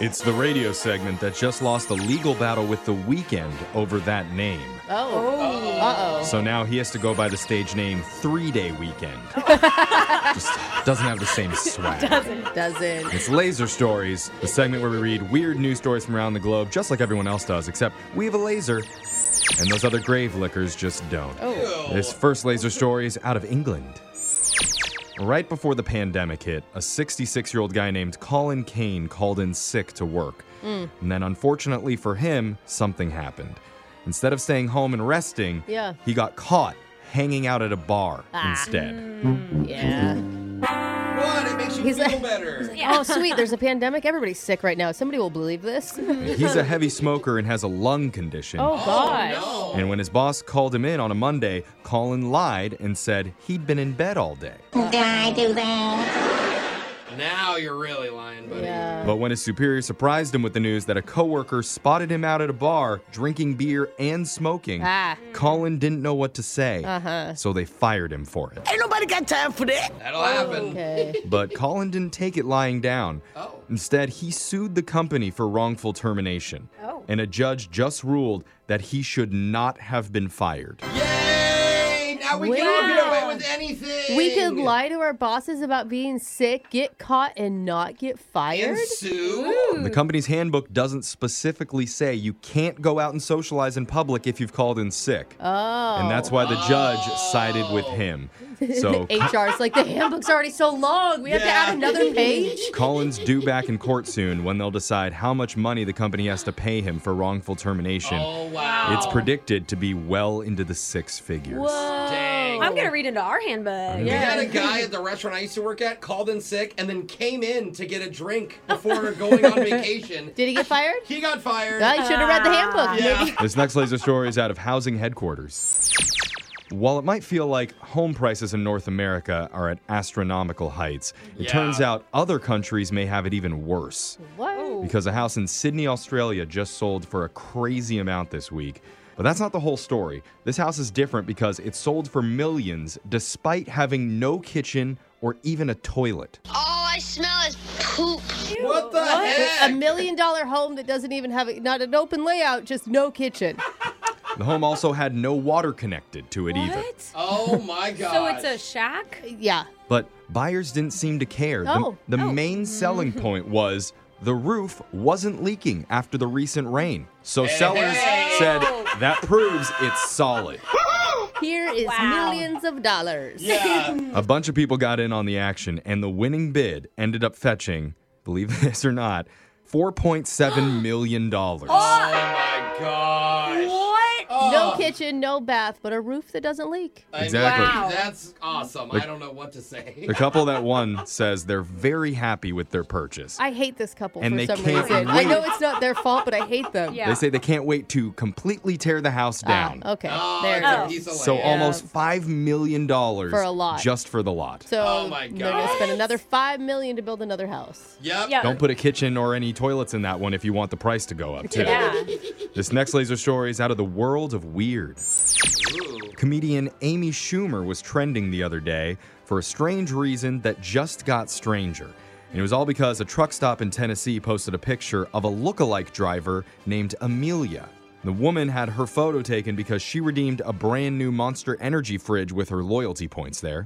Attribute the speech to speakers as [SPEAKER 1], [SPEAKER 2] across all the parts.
[SPEAKER 1] It's the radio segment that just lost a legal battle with The Weekend over that name.
[SPEAKER 2] Oh. Uh
[SPEAKER 1] So now he has to go by the stage name Three Day Weekend. just doesn't have the same swag.
[SPEAKER 2] oh. Doesn't.
[SPEAKER 1] It's Laser Stories, the segment where we read weird news stories from around the globe, just like everyone else does, except we have a laser, and those other grave lickers just don't.
[SPEAKER 2] Oh.
[SPEAKER 1] This first laser story is out of England. Right before the pandemic hit, a 66 year old guy named Colin Kane called in sick to work.
[SPEAKER 2] Mm.
[SPEAKER 1] And then, unfortunately for him, something happened. Instead of staying home and resting,
[SPEAKER 2] Yeah.
[SPEAKER 1] he got caught hanging out at a bar
[SPEAKER 2] Ah.
[SPEAKER 1] instead.
[SPEAKER 2] Yeah.
[SPEAKER 3] What? It makes you
[SPEAKER 2] He's
[SPEAKER 3] feel
[SPEAKER 2] like-
[SPEAKER 3] better.
[SPEAKER 2] Oh, sweet. There's a pandemic. Everybody's sick right now. Somebody will believe this. Oh,
[SPEAKER 1] He's a heavy smoker and has a lung condition.
[SPEAKER 2] gosh.
[SPEAKER 1] And when his boss called him in on a Monday, Colin lied and said he'd been in bed all day.
[SPEAKER 4] Did I do that?
[SPEAKER 3] Now you're really lying, buddy.
[SPEAKER 2] Yeah.
[SPEAKER 1] But when his superior surprised him with the news that a coworker spotted him out at a bar drinking beer and smoking,
[SPEAKER 2] Ah. Uh-huh.
[SPEAKER 1] Colin didn't know what to say. So they fired him for it.
[SPEAKER 3] That'll happen.
[SPEAKER 2] Oh, Okay.
[SPEAKER 1] But Colin didn't take it lying down.
[SPEAKER 3] Oh.
[SPEAKER 1] Instead, he sued the company for wrongful termination.
[SPEAKER 2] Oh.
[SPEAKER 1] And a judge just ruled that he should not have been fired.
[SPEAKER 3] Yay! Now we
[SPEAKER 2] Wow.
[SPEAKER 3] can all get away with anything.
[SPEAKER 2] We could lie to our bosses about being sick, get caught, and not get
[SPEAKER 3] And
[SPEAKER 2] fired.
[SPEAKER 3] sue.
[SPEAKER 2] Hmm.
[SPEAKER 1] The company's handbook doesn't specifically say you can't go out and socialize in public if you've called in sick.
[SPEAKER 2] Oh.
[SPEAKER 1] And that's why the judge sided with him. So
[SPEAKER 2] HR's like the handbook's already so long. We have to add
[SPEAKER 3] Yeah.
[SPEAKER 2] another page.
[SPEAKER 1] Colin's due back in court soon when they'll decide how much money the company has to pay him for wrongful termination.
[SPEAKER 3] Oh, wow.
[SPEAKER 1] It's predicted to be well into the six figures.
[SPEAKER 2] Whoa.
[SPEAKER 3] Dang.
[SPEAKER 5] I'm gonna read into our handbook.
[SPEAKER 3] We
[SPEAKER 2] Yeah.
[SPEAKER 3] had a guy at the restaurant I used to work at called in sick and then came in to get a drink before going on vacation.
[SPEAKER 2] Did he get fired?
[SPEAKER 3] He got fired.
[SPEAKER 2] I should have read the handbook.
[SPEAKER 3] yeah.
[SPEAKER 2] Maybe.
[SPEAKER 1] This next laser story is out of housing headquarters. While it might feel like home prices in North America are at astronomical heights, it
[SPEAKER 3] Yeah.
[SPEAKER 1] turns out other countries may have it even worse.
[SPEAKER 2] Whoa.
[SPEAKER 1] because a house in Sydney, Australia just sold for a crazy amount this week. But that's not the whole story. This house is different because it sold for millions despite having no kitchen or even a toilet.
[SPEAKER 4] All I smell is poop.
[SPEAKER 3] What the
[SPEAKER 2] A
[SPEAKER 3] heck?
[SPEAKER 2] million dollar home that doesn't even have a, not an open layout, just no kitchen.
[SPEAKER 1] The home also had no water connected to it either.
[SPEAKER 5] What?
[SPEAKER 3] oh my god.
[SPEAKER 5] So it's a shack?
[SPEAKER 2] Yeah.
[SPEAKER 1] But buyers didn't seem to care. The-
[SPEAKER 2] Oh.
[SPEAKER 1] the main selling point was the roof wasn't leaking after the recent rain. So sellers said that proves it's solid.
[SPEAKER 2] Here is
[SPEAKER 5] Wow.
[SPEAKER 2] millions of dollars.
[SPEAKER 3] yeah.
[SPEAKER 1] A bunch of people got in on the action, and the winning bid ended up fetching, believe this or not, $4.7 million. dollars.
[SPEAKER 3] Oh my gosh.
[SPEAKER 5] What?
[SPEAKER 2] No kitchen, no bath, but a roof that doesn't leak.
[SPEAKER 3] I mean,
[SPEAKER 1] Exactly.
[SPEAKER 5] Wow.
[SPEAKER 3] That's awesome. I don't know what to say.
[SPEAKER 1] The couple that won says they're very happy with their purchase.
[SPEAKER 2] I hate this couple
[SPEAKER 1] And
[SPEAKER 2] for
[SPEAKER 1] they
[SPEAKER 2] some
[SPEAKER 1] can't
[SPEAKER 2] reason. I
[SPEAKER 1] wait.
[SPEAKER 2] know it's not their fault, but I hate them.
[SPEAKER 5] Yeah.
[SPEAKER 1] They say they can't wait to completely tear the house
[SPEAKER 2] Ah,
[SPEAKER 1] down.
[SPEAKER 2] okay.
[SPEAKER 3] Oh,
[SPEAKER 2] there it
[SPEAKER 3] it's a
[SPEAKER 2] is.
[SPEAKER 3] piece of
[SPEAKER 1] So
[SPEAKER 3] land.
[SPEAKER 1] almost $5 million
[SPEAKER 2] For a lot.
[SPEAKER 1] just for the lot.
[SPEAKER 2] So
[SPEAKER 3] Oh my
[SPEAKER 2] they're gonna spend
[SPEAKER 5] gosh.
[SPEAKER 2] another five million to build another house.
[SPEAKER 3] Yep.
[SPEAKER 5] Yeah.
[SPEAKER 1] Don't put a kitchen or any toilets in that one if you want the price to go up, too.
[SPEAKER 5] Yeah.
[SPEAKER 1] This next laser story is out of the world of weird.
[SPEAKER 3] Ooh.
[SPEAKER 1] Comedian Amy Schumer was trending the other day for a strange reason that just got stranger. And it was all because a truck stop in Tennessee posted a picture of a look-alike driver named Amelia. The woman had her photo taken because she redeemed a brand new Monster Energy fridge with her loyalty points there.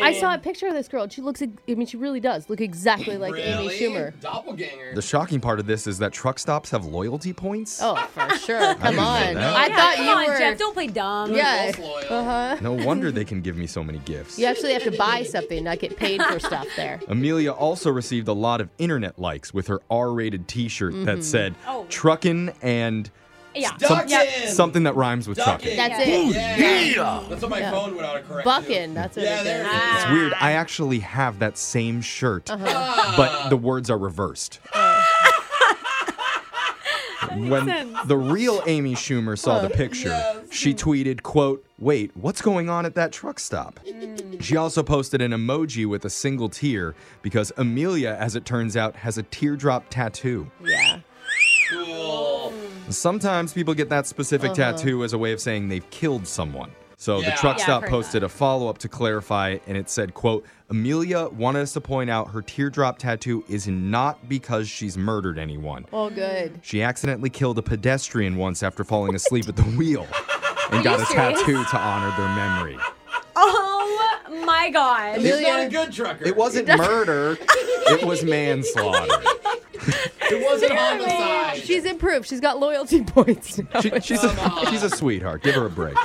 [SPEAKER 2] I saw a picture of this girl. and She looks. ex- I mean, she really does look exactly like Amy
[SPEAKER 3] really?
[SPEAKER 2] Schumer.
[SPEAKER 3] Doppelganger.
[SPEAKER 1] The shocking part of this is that truck stops have loyalty points?
[SPEAKER 2] Oh, for sure. Come
[SPEAKER 1] know
[SPEAKER 2] on.
[SPEAKER 1] that.
[SPEAKER 2] I
[SPEAKER 5] Yeah,
[SPEAKER 2] thought
[SPEAKER 5] come
[SPEAKER 2] you
[SPEAKER 5] on,
[SPEAKER 2] were.
[SPEAKER 5] Jeff. Don't play dumb.
[SPEAKER 2] yeah.
[SPEAKER 3] Both loyal.
[SPEAKER 2] Uh huh.
[SPEAKER 1] No wonder they can give me so many gifts.
[SPEAKER 2] You actually have to buy something, not get paid for stuff there.
[SPEAKER 1] Amelia also received a lot of internet likes with her R-rated T-shirt that said
[SPEAKER 5] Oh.
[SPEAKER 1] "Truckin' and
[SPEAKER 5] Yeah.
[SPEAKER 3] Ducking.
[SPEAKER 5] Yeah.
[SPEAKER 1] something that rhymes with
[SPEAKER 3] Ducking.
[SPEAKER 1] trucking.
[SPEAKER 2] That's
[SPEAKER 5] Yeah.
[SPEAKER 2] it.
[SPEAKER 3] Yeah. That's what my phone would autocorrect. to.
[SPEAKER 2] Bucking. That's what
[SPEAKER 3] Yeah,
[SPEAKER 2] it
[SPEAKER 3] there
[SPEAKER 2] is.
[SPEAKER 3] it is.
[SPEAKER 1] It's weird. I actually have that same shirt, but the words are reversed. when the real Amy Schumer saw the picture, she tweeted, quote, "Wait, what's going on at that truck stop?" She also posted an emoji with a single tear because Amelia, as it turns out, has a teardrop tattoo.
[SPEAKER 2] Yeah.
[SPEAKER 3] Cool.
[SPEAKER 1] Sometimes people get that specific tattoo as a way of saying they've killed someone. So the
[SPEAKER 3] Yeah.
[SPEAKER 1] truck
[SPEAKER 5] Yeah,
[SPEAKER 1] stop
[SPEAKER 5] pretty
[SPEAKER 1] posted a follow up to clarify, and it said, "quote Amelia wanted us to point out her teardrop tattoo is not because she's murdered anyone.
[SPEAKER 2] Oh, good.
[SPEAKER 1] She accidentally killed a pedestrian once after falling asleep at the wheel, and got
[SPEAKER 5] you
[SPEAKER 1] a
[SPEAKER 5] serious?
[SPEAKER 1] tattoo to honor their memory.
[SPEAKER 5] Oh my god.
[SPEAKER 3] He's not
[SPEAKER 2] Amelia-
[SPEAKER 3] a good trucker.
[SPEAKER 1] It wasn't murder; it was manslaughter."
[SPEAKER 3] It wasn't homicide.
[SPEAKER 2] She's improved. She's got loyalty points. now.
[SPEAKER 5] Oh,
[SPEAKER 1] She, she's, a, she's a sweetheart. Give her a break.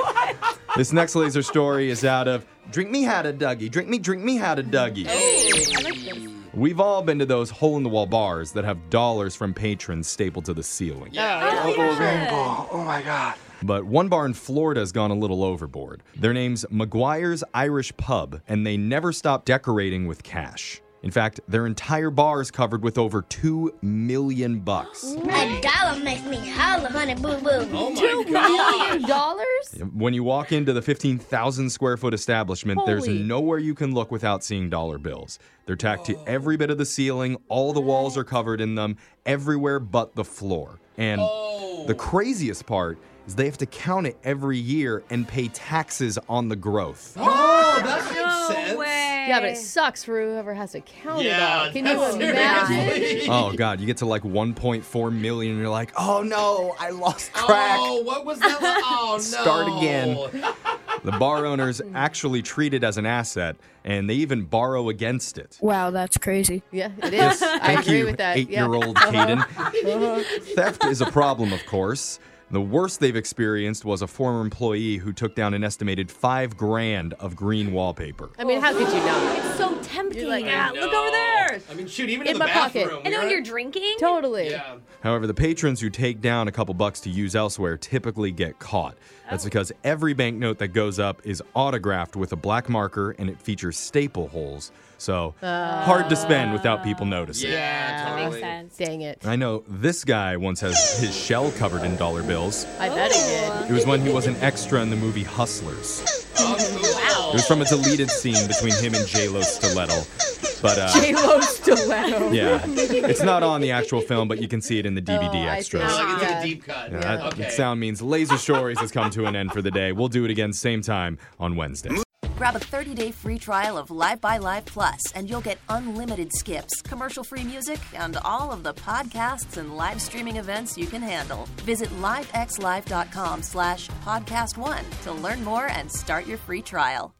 [SPEAKER 1] this next laser story is out of Drink Me How to Dougie. Drink Me, Drink Me How to Dougie.
[SPEAKER 5] Oh,
[SPEAKER 1] We've all been to those hole in the wall bars that have dollars from patrons stapled to the ceiling.
[SPEAKER 5] Oh, yeah.
[SPEAKER 1] But one bar in Florida has gone a little overboard. Their name's McGuire's Irish Pub, and they never stop decorating with cash. In fact, their entire bar is covered with over 2 million bucks.
[SPEAKER 4] A dollar makes me holler, honey, boo boo.
[SPEAKER 3] Oh my god.
[SPEAKER 2] Million dollars?
[SPEAKER 1] When you walk into the 15,000 square foot establishment, there's
[SPEAKER 2] Holy.
[SPEAKER 1] nowhere you can look without seeing dollar bills. They're tacked to every bit of the ceiling, all the walls are covered in them, everywhere but the floor. And
[SPEAKER 3] Oh,
[SPEAKER 1] the craziest part is they have to count it every year and pay taxes on the growth.
[SPEAKER 3] Oh, that makes
[SPEAKER 5] No
[SPEAKER 3] sense.
[SPEAKER 5] way.
[SPEAKER 2] Yeah, but it sucks for whoever has to count
[SPEAKER 3] Yeah,
[SPEAKER 2] it all. Can you
[SPEAKER 3] that's-
[SPEAKER 2] imagine?
[SPEAKER 3] seriously.
[SPEAKER 1] Oh god, you get to like 1.4 million and you're like, "Oh no, I lost track."
[SPEAKER 3] Oh, what was that? Oh no.
[SPEAKER 1] Start again. The bar owners actually treat it as an asset and they even borrow against it.
[SPEAKER 6] Wow, that's crazy.
[SPEAKER 2] Yeah, it is. I
[SPEAKER 1] Thank
[SPEAKER 2] agree
[SPEAKER 1] you,
[SPEAKER 2] with that. yeah. Uh-huh.
[SPEAKER 1] eight-year-old Caden. Theft is a problem, of course. The worst they've experienced was a former employee who took down an estimated five grand of green wallpaper.
[SPEAKER 2] I mean, how could you not?
[SPEAKER 5] It's so tempting.
[SPEAKER 2] like,
[SPEAKER 5] yeah, look over there.
[SPEAKER 3] I mean, shoot, even in,
[SPEAKER 2] In
[SPEAKER 3] the
[SPEAKER 2] my pocket.
[SPEAKER 3] bathroom.
[SPEAKER 5] And then when
[SPEAKER 3] right?
[SPEAKER 5] you're drinking.
[SPEAKER 2] Totally.
[SPEAKER 3] Yeah.
[SPEAKER 1] However, the patrons who take down a couple bucks to use elsewhere typically get caught.
[SPEAKER 2] Oh.
[SPEAKER 1] That's because every banknote that goes up is autographed with a black marker and it features staple holes. So, hard to spend without
[SPEAKER 2] Uh,
[SPEAKER 1] people noticing.
[SPEAKER 3] Yeah,
[SPEAKER 5] That
[SPEAKER 3] totally.
[SPEAKER 5] makes sense.
[SPEAKER 2] Dang it.
[SPEAKER 1] I know this guy once has his shell covered in dollar bills.
[SPEAKER 2] I bet he did.
[SPEAKER 1] It was when he was an extra in the movie Hustlers. It was from a deleted scene between him and J Lo Stiletto, but uh,
[SPEAKER 2] J-Lo stiletto.
[SPEAKER 1] yeah, it's not on the actual film, but you can see it in the DVD
[SPEAKER 2] Oh, I
[SPEAKER 1] extras.
[SPEAKER 2] see.
[SPEAKER 3] Oh, like it's like
[SPEAKER 2] Yeah.
[SPEAKER 3] a deep cut.
[SPEAKER 1] That
[SPEAKER 3] Okay.
[SPEAKER 1] sound means Laser Stories has come to an end for the day. We'll do it again same time on Wednesday.
[SPEAKER 7] Grab a 30-day free trial of Live by Live Plus, and you'll get unlimited skips, commercial-free music, and all of the podcasts and live streaming events you can handle. Visit livexlive.com slash podcast one to learn more and start your free trial.